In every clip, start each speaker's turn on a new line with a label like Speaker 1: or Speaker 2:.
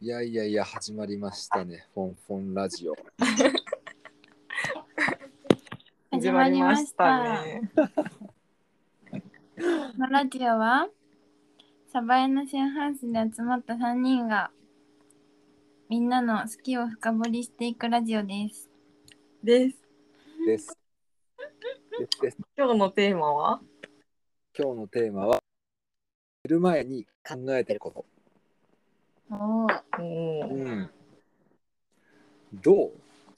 Speaker 1: いやいやいや、始まりましたね。フォンフォンラジオ。
Speaker 2: 始まりましたね。
Speaker 3: このラジオはサバエのシェアハウスで集まった3人がみんなの好きを深掘りしていくラジオです。
Speaker 2: です。
Speaker 1: です。ですです
Speaker 2: 今日のテーマは
Speaker 1: 今日のテーマは、寝る前に考えてるこ
Speaker 3: おお、
Speaker 2: うん
Speaker 1: と。うん。どう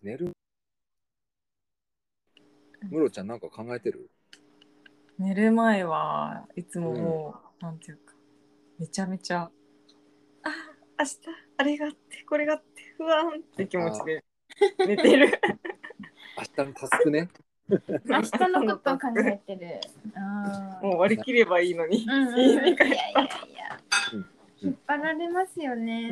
Speaker 1: 寝るムロちゃんなんか考えてる
Speaker 2: 寝る前はいつももう、なんていうかめちゃめちゃあ明日あれがあってこれがあって不安って気持ち で寝てる。
Speaker 1: 明日のタスクね。
Speaker 3: 明日のことを考えて る。あー
Speaker 2: もう割り切ればいいのに。
Speaker 3: うんうん、いやいやいや
Speaker 1: うん。
Speaker 3: 引っ張られますよね。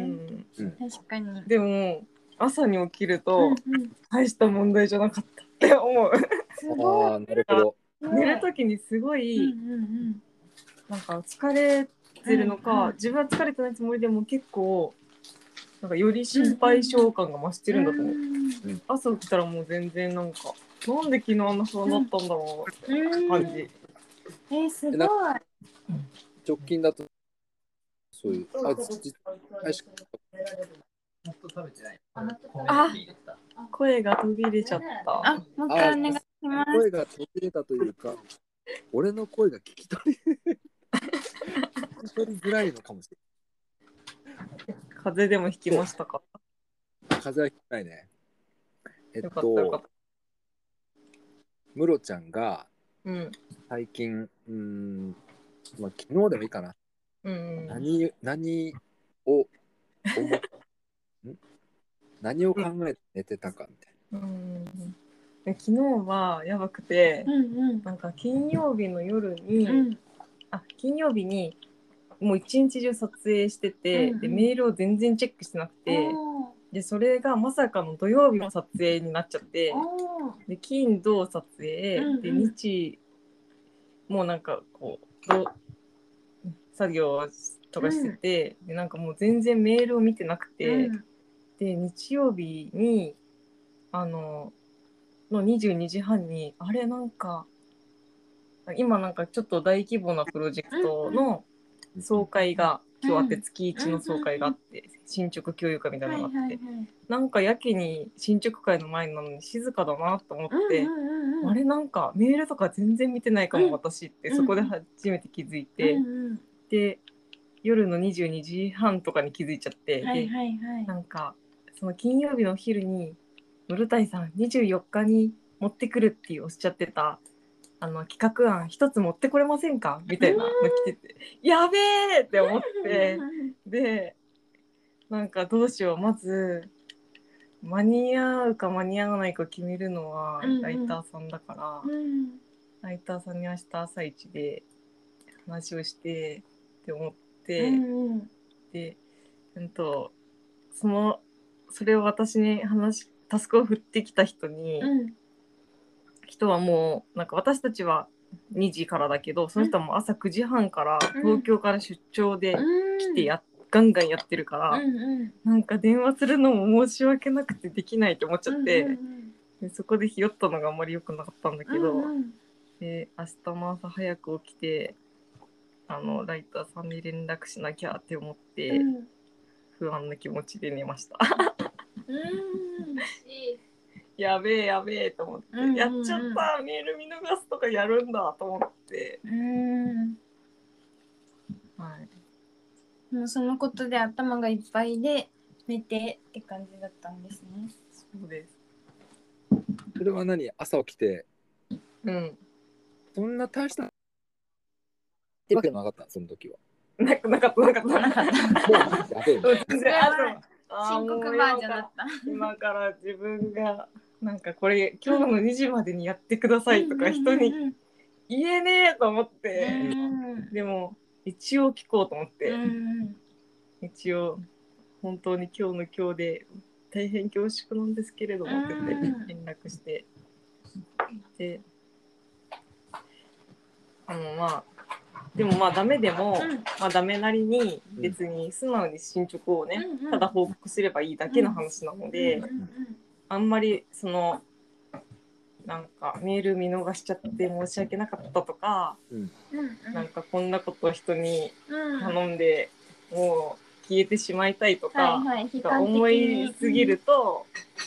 Speaker 2: う
Speaker 3: 確かに。
Speaker 2: んでも朝に起きると、
Speaker 3: うんうん
Speaker 2: 大した問題じゃなかったって思う。
Speaker 3: す
Speaker 1: あ
Speaker 3: ご
Speaker 1: あ、なるほど。
Speaker 3: い。
Speaker 2: 寝る時にすごい、
Speaker 3: うんうん
Speaker 2: なんか疲れてるのか、
Speaker 3: うんうん
Speaker 2: 自分は疲れてないつもりでも結構なんかより心配性感が増してるんだと思う、朝起きたらもう全然なんかなんで昨日あんな不安だったんだろう
Speaker 3: うんうん
Speaker 2: って
Speaker 3: うん
Speaker 2: 感じ、
Speaker 3: えー、すごい。
Speaker 1: なん直近だと、そういう、あ、じじあし
Speaker 2: あ声が途切れちゃった
Speaker 3: あ、もう一回お願いします。
Speaker 1: 声が途切れたというか、俺の声が聞き取り、 聞き取りづらいのかもしれ
Speaker 2: 風邪でもひきましたか
Speaker 1: ない。風邪は聞きないね。えっ
Speaker 2: よかったよかっ
Speaker 1: と
Speaker 2: た、
Speaker 1: ムロちゃんが
Speaker 2: うん
Speaker 1: 最近、うーん、まあ、昨日でもいいかな。
Speaker 2: うんうん
Speaker 1: 何、何を思う ん何を考えて寝てたかみたい
Speaker 2: うんで昨日はやばくて
Speaker 3: うんうん
Speaker 2: なんか金曜日の夜に、
Speaker 3: うん。
Speaker 2: あ金曜日にもう一日中撮影して
Speaker 3: う
Speaker 2: て、
Speaker 3: んうん
Speaker 2: でメールを全然チェックしてなくて、
Speaker 3: お
Speaker 2: でそれがまさかの土曜日も撮影になっちゃって
Speaker 3: ーおー。
Speaker 2: で金土撮影、
Speaker 3: うんうん
Speaker 2: で日もうなんかこうどう作業とかしてて、でなんかもう全然メールを見てなくて、
Speaker 3: うん
Speaker 2: で日曜日にあのの22時半にあれなんか今なんかちょっと大規模なプロジェクトの
Speaker 1: な。
Speaker 2: 総会が
Speaker 3: うん
Speaker 2: 今日あって月1の総会があって進捗共有会みたいなのがあってなんかやけに進捗会の前なのに静かだなと思ってあれなんかメールとか全然見てないか
Speaker 3: うん
Speaker 2: も私って
Speaker 3: うん
Speaker 2: そこで初めて気づいてで夜の22時半とかに気づいちゃってで
Speaker 3: はいはいはい
Speaker 2: なんかその金曜日のお昼に「室谷さん24日に持ってくる」っておっしゃってたあの企画案一つ持ってこれませんかみたいなの来てて「やべえ!」って思ってでなんかどうしようまず間に合うか間に合わないか決めるのは
Speaker 3: うんうん
Speaker 2: ライターさんだから、
Speaker 3: うん
Speaker 2: ライターさんに明日朝一で話をしてって思って。
Speaker 3: うん
Speaker 2: で、うんと、その、それを私に話し、タスクを振ってきた人に、
Speaker 3: うん
Speaker 2: 人はもう、なんか私たちは2時からだけど、その人はもう朝9時半から
Speaker 3: うん
Speaker 2: 東京から出張で来て
Speaker 3: っ
Speaker 2: や、ガンガンやってるから、
Speaker 3: うんうん
Speaker 2: なんか電話するのも申し訳なくてできないと思っちゃって、でそこでひよったのがあんまり良くなかったんだけど、で明日の朝早く起きて、あの、ライターさんに連絡しなきゃって思って、不安な気持ちで寝ました。やべえやべえと思って、
Speaker 3: うんうんうん
Speaker 2: やっちゃったメール見逃すとかやるんだと思って、
Speaker 3: うん
Speaker 2: はい、
Speaker 3: もうそのことで頭がいっぱいで寝てって感じだったんですね
Speaker 2: そうです
Speaker 1: それは何朝起きて、
Speaker 2: うん
Speaker 1: そんな大したってわけでもなかった、その時は。
Speaker 2: なくなかったなかったなかっ
Speaker 1: もうやべえな
Speaker 2: た
Speaker 3: 深刻バージョンだ
Speaker 2: だ
Speaker 3: った
Speaker 2: 今から自分がなんかこれ今日の2時までにやってくださいとか人
Speaker 3: う
Speaker 2: に
Speaker 3: ん
Speaker 2: 言えねえと思って、
Speaker 3: うん
Speaker 2: でも一応聞こうと思って、
Speaker 3: うん
Speaker 2: 一応本当に今日の今日で大変恐縮なんですけれどもって言って
Speaker 3: うん
Speaker 2: 連絡してであのまあでもまあダメでも、
Speaker 3: うん
Speaker 2: まあダメなりに別に素直に進捗をね、
Speaker 3: うんうん
Speaker 2: ただ報告すればいいだけの話なので、
Speaker 3: うんうん
Speaker 2: あんまりそのなんかメール見逃しちゃって申し訳なかったとか、
Speaker 3: うん
Speaker 2: なんかこんなことを人に
Speaker 3: うんうん
Speaker 2: 頼んで、もう消えてしまいたいとか、
Speaker 3: はいはい、悲観的に
Speaker 2: 思いすぎると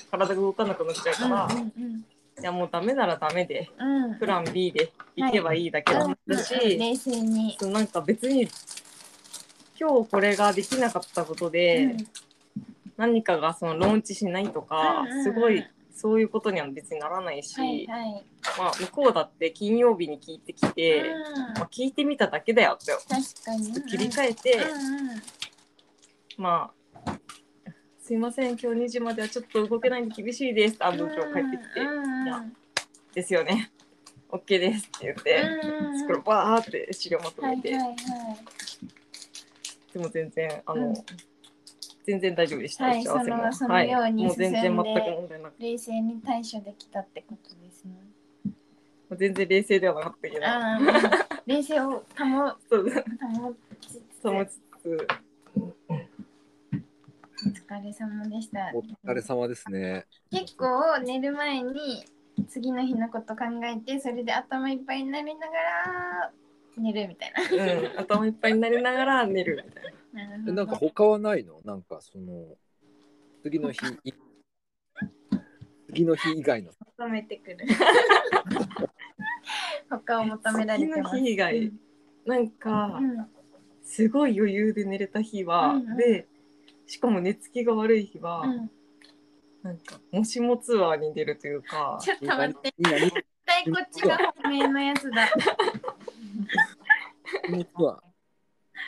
Speaker 2: 体が動かなくなっちゃうから、
Speaker 3: う
Speaker 2: い
Speaker 3: んうん
Speaker 2: やもうダメならダメで
Speaker 3: うんうん
Speaker 2: プラン B で行けばいいだけだったし、
Speaker 3: うん冷静に、
Speaker 2: そうなんか別に今日これができなかったことで、何かがそのローンチしないとか、
Speaker 3: うんうんうん
Speaker 2: すごいそういうことには別にならないし、
Speaker 3: はいはい、
Speaker 2: まあ、向こうだって金曜日に聞いてきて、
Speaker 3: うん
Speaker 2: まあ、聞いてみただけだよって
Speaker 3: 確かに
Speaker 2: 切り替えて、
Speaker 3: うんうん
Speaker 2: まあ「すいません今日2時まではちょっと動けないんで厳しいです」あ文章返ってきて
Speaker 3: うんうん
Speaker 2: いや「ですよね OK です」って言って、
Speaker 3: うんうん
Speaker 2: そこからバーって資料まと
Speaker 3: は
Speaker 2: め
Speaker 3: い
Speaker 2: て、
Speaker 3: はいはい
Speaker 2: でも全然あの、
Speaker 3: うん
Speaker 2: 全然大丈夫でした、
Speaker 3: はい
Speaker 2: 打ち合わせも
Speaker 3: そのそのように
Speaker 2: もう全
Speaker 3: 進
Speaker 2: 然
Speaker 3: ん
Speaker 2: 全く
Speaker 3: で
Speaker 2: 問題なく
Speaker 3: 冷静に対処できたってことですね。
Speaker 2: 全然冷静ではなかったけど
Speaker 3: うん冷静を保
Speaker 2: そう
Speaker 3: 保ちつつ
Speaker 2: そ
Speaker 3: お
Speaker 2: のつつ
Speaker 3: 疲れ様でした。
Speaker 1: お疲れ様ですね。
Speaker 3: 結構寝る前に次の日のこと考えてそれで頭いっぱいになりながら寝るみたいな。
Speaker 2: うん、頭いっぱいになりながら寝るみたいな。
Speaker 3: なるほ
Speaker 1: え
Speaker 3: ど
Speaker 1: なんか他はないのなんかその次の日い次の日以外の
Speaker 3: 求めてく る。他を求められ
Speaker 2: 次
Speaker 3: て
Speaker 2: の
Speaker 3: ます。
Speaker 2: 日以外、なんか、
Speaker 3: うん
Speaker 2: すごい余裕で寝れた日は、
Speaker 3: うんうん
Speaker 2: で、しかも寝つきが悪い日は、
Speaker 3: うん
Speaker 2: なんか、もしもツアーに出るというか、
Speaker 3: ちょっと待って、絶
Speaker 1: 今今
Speaker 3: 対こっちが本命のやつだ。
Speaker 1: 今今は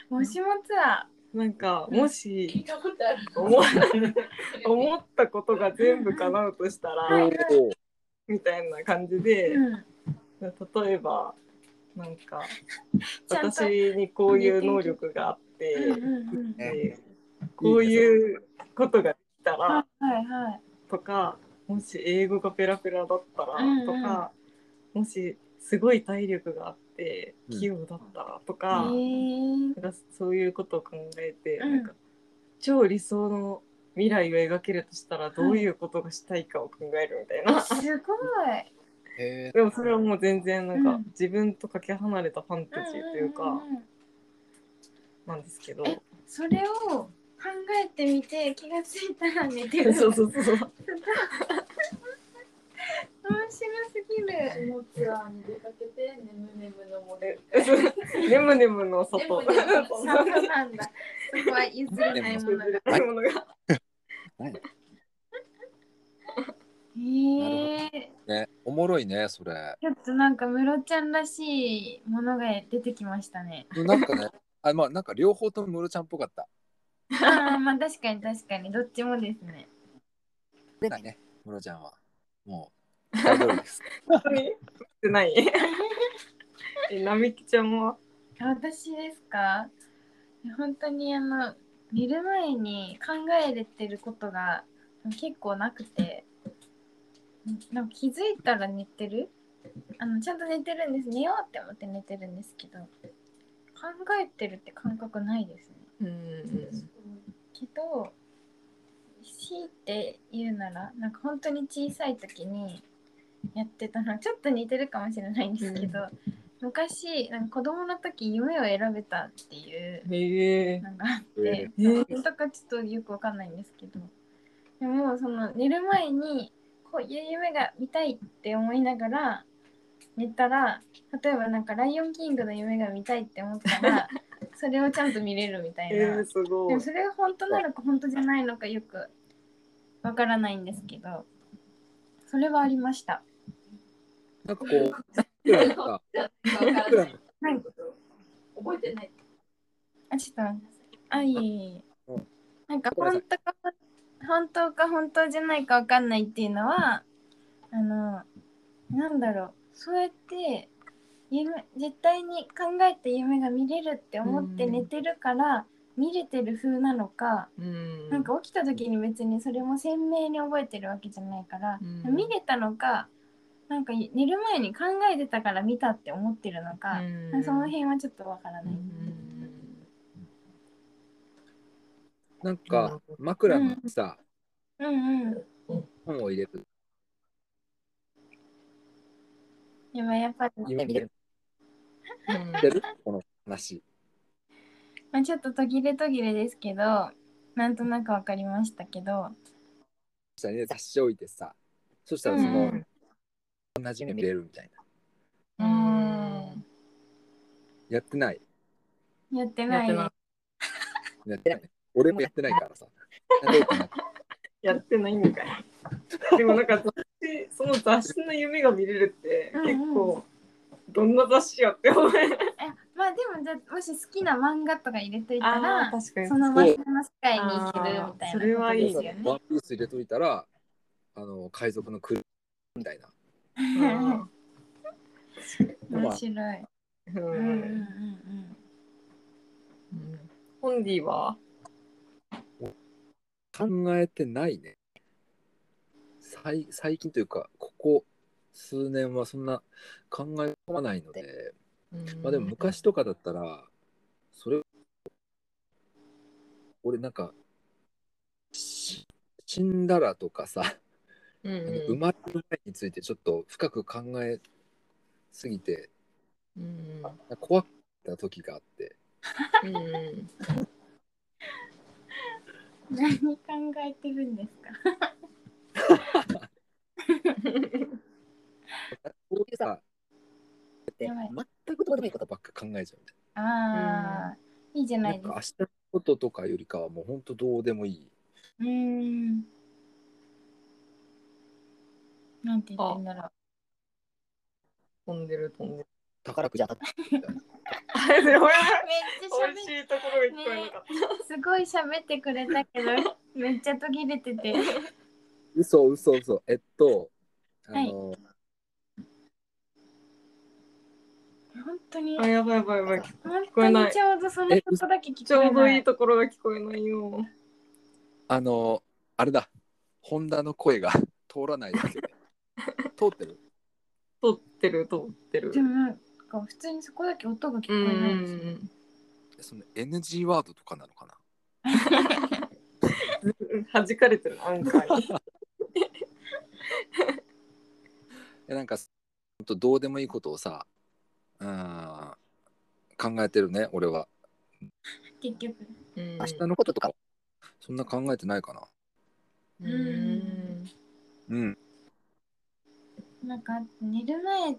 Speaker 3: もしもツア
Speaker 2: なんか、もし、
Speaker 4: たことある。
Speaker 2: 思思ったことが全部叶うとしたら、
Speaker 1: おー
Speaker 2: みたいな感じで
Speaker 3: ー。、うん
Speaker 2: 例えば、なんか、
Speaker 3: ちゃんと
Speaker 2: 私にこういう能力があって、
Speaker 3: うんうんうん。
Speaker 2: でこういうことができたら、
Speaker 3: はいはいはい。
Speaker 2: とかもし英語がペラペラだったら
Speaker 3: うんうん
Speaker 2: とか、もしすごい体力があって
Speaker 1: うん
Speaker 2: 器用だったらと
Speaker 3: え
Speaker 2: か,、
Speaker 3: ー、
Speaker 2: なんかそういうことを考えて、
Speaker 3: うん
Speaker 2: なんか超理想の未来を描けるとしたらどういうことがしたいかを考えるみたいな、
Speaker 3: すごい。
Speaker 1: へ
Speaker 2: でもそれはもう全然なんか、
Speaker 3: うん
Speaker 2: 自分とかけ離れたファンタジーという
Speaker 3: うん
Speaker 2: か
Speaker 3: うんうん
Speaker 2: なんですけど、
Speaker 3: えそれを考えてみて気がついたら寝てる。
Speaker 2: そう
Speaker 3: う。
Speaker 2: そうそう
Speaker 3: 面白すぎる。
Speaker 4: もツアーに出かけて、眠眠のもで。
Speaker 2: ねむねむの外
Speaker 4: 眠々の
Speaker 3: そうなんだ。そこは譲れないものが。え
Speaker 2: ないものが
Speaker 3: ー、
Speaker 1: ーねおもろいねそれ。
Speaker 3: ちょっとなんかムロちゃんらしいものが出てきましたね。
Speaker 1: なんかね あまあなんか両方ともムロちゃんっぽかった。
Speaker 3: ああまあ確かに確かにどっちもですね。
Speaker 1: 出ないねムロちゃんはもう大丈夫です。
Speaker 2: 本当に持ってないえ並木ちゃんは
Speaker 3: 私ですか本当にあの寝る前に考えれてることが結構なくてんなんか気づいたら寝てるあのちゃんと寝てるんです寝ようって思って寝てるんですけど考えてるって感覚ないですね
Speaker 2: うんうん
Speaker 3: けど強いて言うならなんか本当に小さい時にやってたのちょっと似てるかもしれないんですけど、昔なんか子供の時夢を選べたっていう
Speaker 2: うんへえ
Speaker 3: のがあって、
Speaker 1: え
Speaker 2: えー
Speaker 3: 本当かちょっとよくわかんないんですけどでもその寝る前にこういう夢が見たいって思いながら寝たら例えばなんか「ライオンキング」の夢が見たいって思った らそれをちゃんと見れるみたい
Speaker 2: え
Speaker 3: な。
Speaker 2: ー、すご
Speaker 3: で
Speaker 2: い
Speaker 3: も。それが本当なのか本当じゃないのかよくわからないんですけどそれはありました
Speaker 1: なんかこう僕らが僕らの
Speaker 4: 覚えてない。
Speaker 3: あちょっと待ってくださいあいえいえいえ
Speaker 1: うん
Speaker 3: なんか
Speaker 1: ごめんな
Speaker 3: 本当か本当か本当じゃないかわかんないっていうのはあのなんだろうそうやって夢絶対に考えて夢が見れるって思って
Speaker 2: うん
Speaker 3: 寝てるから見れてる風なのか、
Speaker 2: うん
Speaker 3: なんか起きた時に別にそれも鮮明に覚えてるわけじゃないから、
Speaker 2: うん
Speaker 3: 見れたのかなんか寝る前に考えてたから見たって思ってるのか、その辺はちょっとわからない、
Speaker 1: なんか枕にさ、
Speaker 3: うん、うん
Speaker 1: 本を入れる
Speaker 3: でもやっぱり、
Speaker 1: 夢見てるこの話
Speaker 3: まあ、ちょっと途切れ途切れですけどなんとなくわかりましたけど
Speaker 1: 下にね雑誌置いてさそしたらその、
Speaker 3: うん
Speaker 1: 同じ夢見れるみたいな
Speaker 3: うん
Speaker 1: やってない
Speaker 3: やってない
Speaker 2: やっ
Speaker 1: やってない俺もやってないからさやろうかな
Speaker 2: やってないんかい。でもなんか雑誌、その雑誌の夢が見れるって
Speaker 3: うんうん
Speaker 2: 結構、どんな雑誌やって思え
Speaker 3: えまあでもじゃあもし好きな漫画とか入れといた
Speaker 2: あ
Speaker 3: ら
Speaker 2: 確かに
Speaker 3: その漫画の世界に行けるみたいなことですよね
Speaker 2: あーそれはいいね
Speaker 1: ワンピース入れといたらあの海賊の車みたいな
Speaker 3: 面白い。
Speaker 2: う
Speaker 3: うんんうんうん
Speaker 2: うんホンディは
Speaker 1: 考えてないね最最近というかここ数年はそんな考え込まないので、まあでも昔とかだったらそれ俺なんかし死んだらとかさ、
Speaker 2: うん
Speaker 1: あの生まれる前についてちょっと深く考えすぎて
Speaker 2: うん
Speaker 1: 怖かった時があって
Speaker 2: うん
Speaker 3: うん。何考えてるんですか。
Speaker 1: こういうさ
Speaker 3: やばい
Speaker 1: 全くどうでもいいことばっか考えちゃう
Speaker 3: ああ、いいじゃ
Speaker 1: な
Speaker 3: ない
Speaker 1: ん
Speaker 3: です
Speaker 1: か
Speaker 3: か。
Speaker 1: 明日のこととかよりかはもう本当どうでもいい。
Speaker 3: うーん。なんて言ってんだろう。
Speaker 2: 飛んでる飛んでる
Speaker 1: 宝くじ当たった
Speaker 3: めっちゃ
Speaker 2: 美味し
Speaker 3: 喋っ
Speaker 2: いところが聞こえなかった
Speaker 3: すごい喋ってくれたけど、 めっちゃ途切れてて。
Speaker 1: 嘘嘘嘘。えっと、あの、
Speaker 3: 本当に。
Speaker 2: あやばいやばいやばい
Speaker 3: 本
Speaker 2: こえ
Speaker 3: 当
Speaker 2: ない
Speaker 3: にちょうどそのことだけ聞
Speaker 2: ちょう
Speaker 3: こ
Speaker 2: ど
Speaker 3: えない
Speaker 2: い
Speaker 3: い。
Speaker 2: ところが聞こえないよ
Speaker 1: あの、あれだ。ホンダの声が 通らないだけで。通ってる
Speaker 2: 撮ってる撮ってる
Speaker 3: でもなんか普通にそこだけ音が聞こ
Speaker 2: うんう
Speaker 3: えないですね。
Speaker 2: ん
Speaker 1: その NG ワードとかなのかな
Speaker 2: うん弾かれてるアンカーに
Speaker 1: えなんか、ほんとどうでもいいことをさ、うん、考えてるね、俺は。
Speaker 3: 結局。
Speaker 2: うん
Speaker 1: 明日のこととか、そんな考えてないかな。
Speaker 2: うん
Speaker 1: うん。
Speaker 3: なんか寝る前っ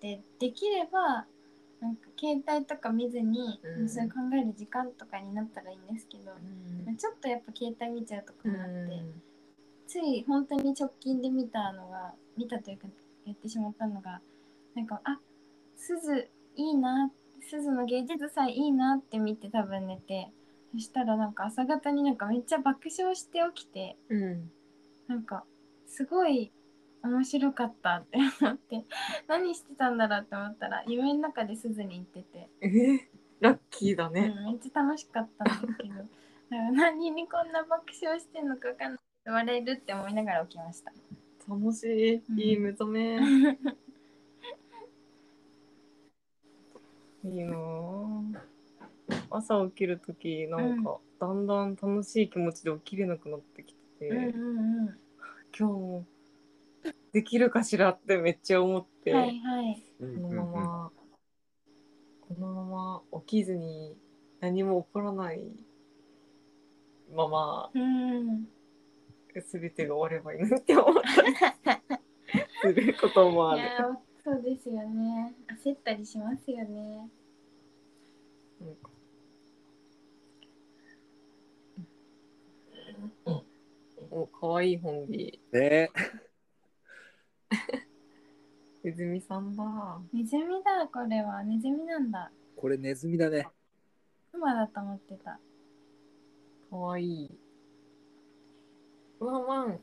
Speaker 3: てできればなんか携帯とか見ずに、
Speaker 2: うん
Speaker 3: そういう考える時間とかになったらいいんですけど、ちょっとやっぱ携帯見ちゃうとかもあって、つい本当に直近で見たのが見たというかやってしまったのがなんかあ鈴いいな鈴の芸術祭いいなって見て多分寝てそしたらなんか朝方になんかめっちゃ爆笑して起きて。
Speaker 2: うん
Speaker 3: なんかすごい面白かったって思って 何してたんだろうって思ったら夢の中で鈴に行ってて、
Speaker 2: えーラッキーだ
Speaker 3: うん
Speaker 2: ね、
Speaker 3: めっちゃ楽しかったんですけど だから何にこんな爆笑してんのかわかんないけど笑えるって思いながら起きました
Speaker 2: 楽しい
Speaker 3: うん
Speaker 2: いい目覚め、いいなあ朝起きる時なんか、だんだん楽しい気持ちで起きれなくなってき て、
Speaker 3: うんうんう
Speaker 2: 今日もできるかしらってめっちゃ思って、
Speaker 3: んはいはい
Speaker 1: うん
Speaker 2: この
Speaker 1: うん
Speaker 2: ま
Speaker 1: うん
Speaker 2: ま、このまま起きずに何も起こらないまま
Speaker 3: うん
Speaker 2: 全てが終わればいいなって思ったりすることも あ
Speaker 3: い
Speaker 2: る。
Speaker 3: やーそうですよね焦ったりしますよね
Speaker 2: なんかお、かわいい本日、
Speaker 1: ね
Speaker 2: 泉さんだ。
Speaker 3: ネズミだこれはネズミなんだ
Speaker 1: これネズミだね。
Speaker 3: クマだと思ってた
Speaker 2: かわいい。ワンワン、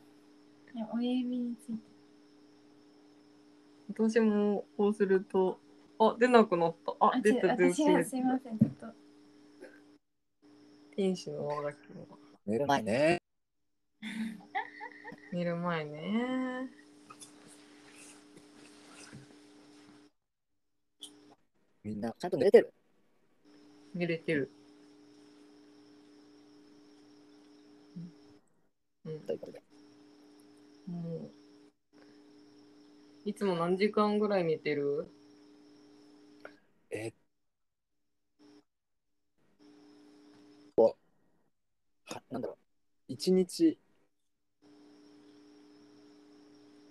Speaker 3: いや親指について
Speaker 2: 私もこうすると、あ、出なくなった。あ、
Speaker 3: あ
Speaker 2: 出
Speaker 3: 違う
Speaker 2: た、出
Speaker 3: 私
Speaker 2: た
Speaker 3: は。すいませんちょっと
Speaker 2: 天使の輪だけど。
Speaker 1: 寝る前ね。
Speaker 2: 寝る前ね。
Speaker 1: みん
Speaker 5: だ
Speaker 1: な
Speaker 5: からちゃんと濡れてる。
Speaker 2: 濡れてる。うん
Speaker 5: ということで。
Speaker 2: うん、もういつも何時間ぐらい寝てる
Speaker 1: え
Speaker 5: はなんだろ
Speaker 1: 一日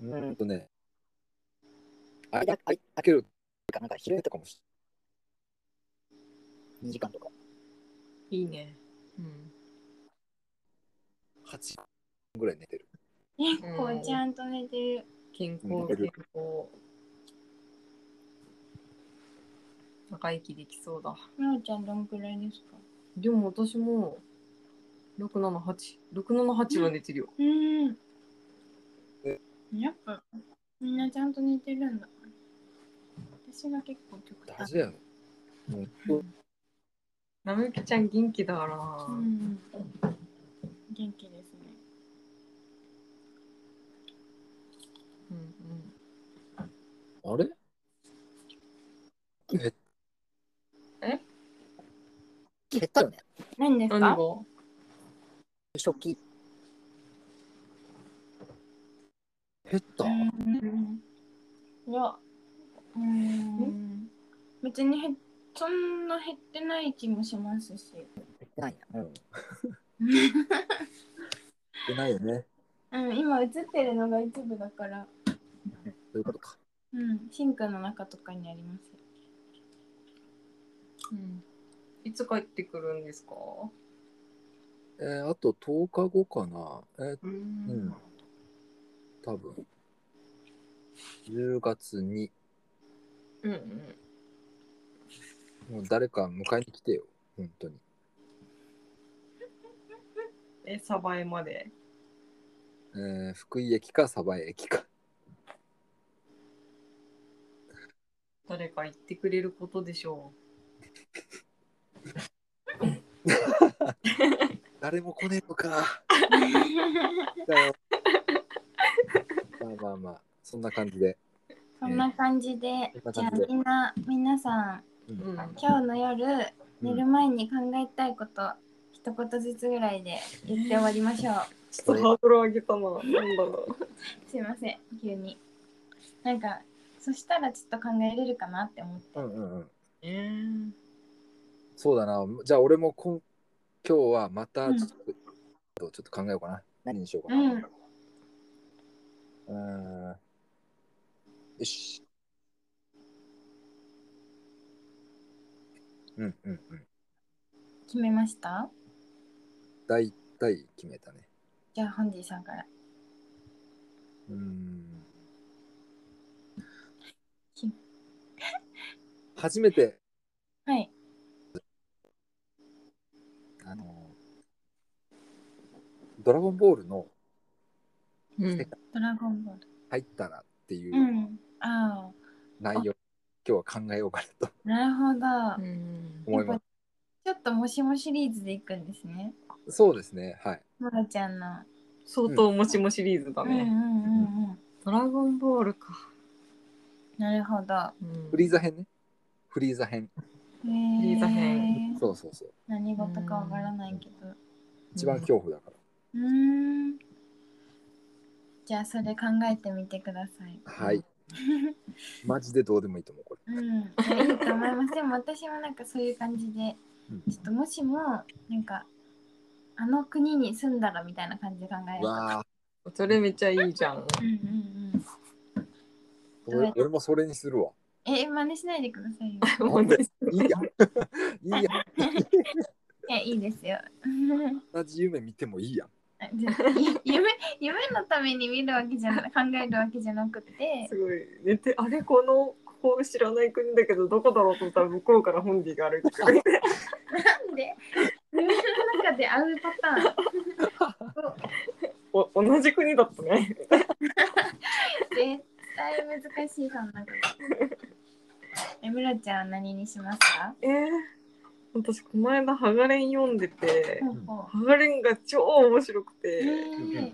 Speaker 1: うんんとね
Speaker 5: う。
Speaker 1: あ
Speaker 5: あれだ、あれ
Speaker 1: 開ける
Speaker 5: か、なんか昼寝
Speaker 1: 昼寝
Speaker 5: と
Speaker 1: と
Speaker 5: か
Speaker 1: かもし
Speaker 5: 2時間とか。
Speaker 2: いいね。うん。
Speaker 1: 8時間ぐらい寝てる
Speaker 3: 結構ちゃんと寝てる。
Speaker 2: 健
Speaker 1: うん
Speaker 2: 康、健康。長生きできそうだ。
Speaker 3: なおちゃんどんくらいですか
Speaker 2: でも私も678、678は寝てるよ。
Speaker 3: うん
Speaker 1: え。
Speaker 3: やっぱみんなちゃんと寝てるんだ。私が結構極
Speaker 1: 大
Speaker 3: 端
Speaker 1: 事。だよねもう
Speaker 2: なめきちゃん元気だからな。
Speaker 3: うん。元気ですね。
Speaker 2: うんうん
Speaker 1: あれえ
Speaker 5: 減ったよね。
Speaker 3: 何ですか
Speaker 2: 何が
Speaker 5: 食器。
Speaker 1: 減った
Speaker 3: うんいや、うん。別にへそんな減ってない気もしますし。
Speaker 5: 減ってないな。うん。
Speaker 1: 出ないよね
Speaker 3: うん、今映ってるのが一部だから、
Speaker 1: そういうことか
Speaker 3: うん、シンクの中とかにあります。
Speaker 2: うんいつ帰ってくるんですか
Speaker 1: えーあと10日後かなえー
Speaker 2: う
Speaker 1: うん
Speaker 2: ん。
Speaker 1: 多分10月に
Speaker 2: うんうん。
Speaker 1: もう誰か迎えに来てよ本当に
Speaker 2: え、サバエまで。
Speaker 1: えー福井駅か鯖江駅か
Speaker 2: 誰か行ってくれることでしょ
Speaker 1: 誰も来ねえのか。だよまあまあまあ、そんな感じで。
Speaker 3: そんな感じで、
Speaker 1: そんな
Speaker 3: じゃあ
Speaker 1: 感じで
Speaker 3: みんな、皆さん、
Speaker 2: う。うん。
Speaker 3: 今日の夜、
Speaker 1: う
Speaker 3: 寝
Speaker 1: ん
Speaker 3: る前に考えたいこと、一言ずつぐらいで言って終わりましょう。
Speaker 2: ちょっとハードル上げたな。なんだろ う。
Speaker 3: すいません、急に。なんか、そしたらちょっと考えれるかなって思って。
Speaker 1: うんうんうん。
Speaker 2: え
Speaker 1: そうだな。じゃあ俺もこん今日はまたちょっと,、ちょっと考えようかな。何にしようかな。うん、よし。うんうんうん。
Speaker 3: 決めました
Speaker 1: 大体決めたね。
Speaker 3: じゃあ、ハンディさんから。
Speaker 1: うん
Speaker 3: ひ。
Speaker 1: 初めて
Speaker 3: はい。
Speaker 1: あのドラゴンボールの
Speaker 2: うん。
Speaker 3: ドラゴンボール。。
Speaker 1: 入ったらっていううん
Speaker 3: ああ、
Speaker 1: 内容、今日は考えようかなと
Speaker 3: なるほど。
Speaker 2: うん
Speaker 1: 思います。
Speaker 3: ちょっともしもシリーズでいくんですね。
Speaker 1: そうですね、はい。
Speaker 3: モロちゃんの。
Speaker 2: 相当もしもシリーズだ
Speaker 3: うんうん
Speaker 2: ね。
Speaker 3: うんうん。
Speaker 2: ドラゴンボールか。
Speaker 3: なるほど。
Speaker 2: うん
Speaker 1: フリーザ編ね。フリーザ編。
Speaker 3: フ
Speaker 2: リーザ編
Speaker 1: そうそうそう。
Speaker 3: 何事かわからないけど。
Speaker 1: 一番恐怖だか
Speaker 3: うーん。じゃあそれ考えてみてください。
Speaker 1: ら。 はい。マジでどうでもいいと思う、これ。
Speaker 3: うん、いやいいと思います。でも私もなんかそういう感じで
Speaker 1: うん、
Speaker 3: ちょっともしもなんかあの国に住んだらみたいな感じで考え
Speaker 1: う
Speaker 3: る。
Speaker 1: わあ、
Speaker 2: それめっちゃいいじゃん。
Speaker 3: うんうんうん。
Speaker 1: 俺俺もそれにするわ。
Speaker 3: え、真似しないでくださいよ。
Speaker 1: なんでいいや。 いいや。
Speaker 3: いや、いいですよ。
Speaker 1: 同じ夢見てもいいや。
Speaker 3: あじゃあゆ夢夢のために見るわけじゃな考えるわけじゃなくて
Speaker 2: すごい。寝て、あれこの、こう知らない国だけど、どこだろうと思ったら、向こうから本ディが歩いてくる。
Speaker 3: なんで夢の中で会うパターン
Speaker 2: お同じ国だったね。
Speaker 3: 絶対難しいそんなことえむらちゃんは何にしますか
Speaker 2: えー、私この間「ハガレン」読んでて
Speaker 3: ほうほ
Speaker 2: ハガレンが超面白く
Speaker 3: う
Speaker 2: て
Speaker 3: えー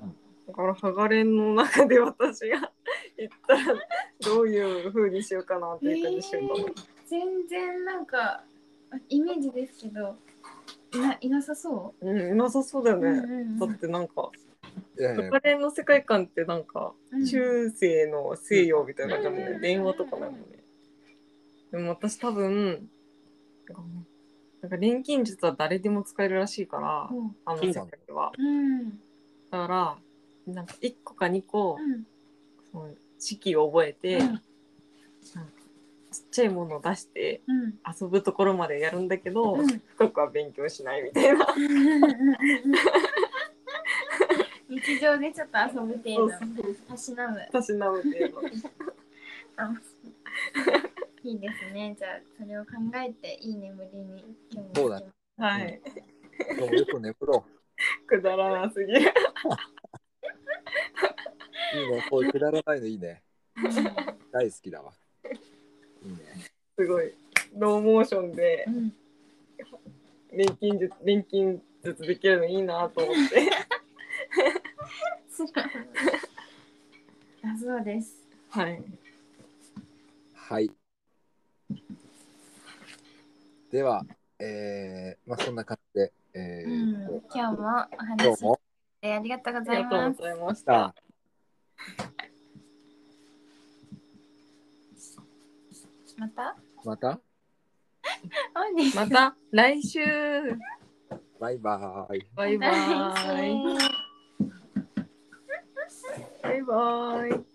Speaker 2: だからハガレンの中で私が行ったらどういう風にしようかなっていう感じしようかな。
Speaker 3: 全然なんかイメージですけどいないなさそ
Speaker 2: うん、いなさそうだよ
Speaker 3: う、
Speaker 2: ね。
Speaker 3: うんうん
Speaker 2: だ
Speaker 3: う
Speaker 2: っ
Speaker 3: ん
Speaker 2: てなんか、
Speaker 1: いやいや
Speaker 2: そこら辺の世界観ってなんか、
Speaker 3: うん
Speaker 2: 中世の西洋みたいな感じだもん
Speaker 3: うん
Speaker 2: ね
Speaker 3: う。ん
Speaker 2: 電話とかなんもね。でも私多分、なんかなんか錬金術は誰でも使えるらしいから、
Speaker 3: うん
Speaker 2: あの
Speaker 1: そう
Speaker 2: 世
Speaker 1: な
Speaker 2: 界
Speaker 1: んだ
Speaker 2: は。
Speaker 3: うん
Speaker 2: だから、なんか1個か2個、
Speaker 3: うん
Speaker 2: その式を覚えて、
Speaker 3: う
Speaker 2: なんんかちっちゃいものを出して
Speaker 3: うん
Speaker 2: 遊ぶところまでやるんだけど、
Speaker 3: うん
Speaker 2: 深くは勉強しないみたいな。
Speaker 3: 日常でちょっと遊ぶ程 度たしなむ
Speaker 2: たしなむ程度。
Speaker 3: いいですねじゃあそれを考えていい眠りに今日
Speaker 1: そ
Speaker 3: も
Speaker 1: うだ
Speaker 2: はい。
Speaker 1: もうよく寝プロ
Speaker 2: くだらなすぎる。
Speaker 1: いいねこういうくだらないのいいね大好きだわいいね
Speaker 2: すごい。ローモーションで
Speaker 3: うんうん
Speaker 2: 錬金術、錬金術できるのいいなと思って。
Speaker 3: すごいだそうです
Speaker 2: はい。
Speaker 1: はいではえー、まあそんな感じでえ
Speaker 3: う
Speaker 1: ー
Speaker 3: ん今日もお
Speaker 1: 今
Speaker 3: 話
Speaker 1: 日も
Speaker 3: でありがとうご
Speaker 2: あ
Speaker 3: ざ
Speaker 2: り
Speaker 3: い
Speaker 2: がと
Speaker 3: ま
Speaker 2: う
Speaker 3: す
Speaker 2: ございまし
Speaker 1: さ
Speaker 2: た
Speaker 1: あ。
Speaker 3: また
Speaker 1: また
Speaker 3: オンリー
Speaker 2: また来週
Speaker 1: バイバーイ
Speaker 2: バイバーイ
Speaker 3: 来週
Speaker 2: バイバーイ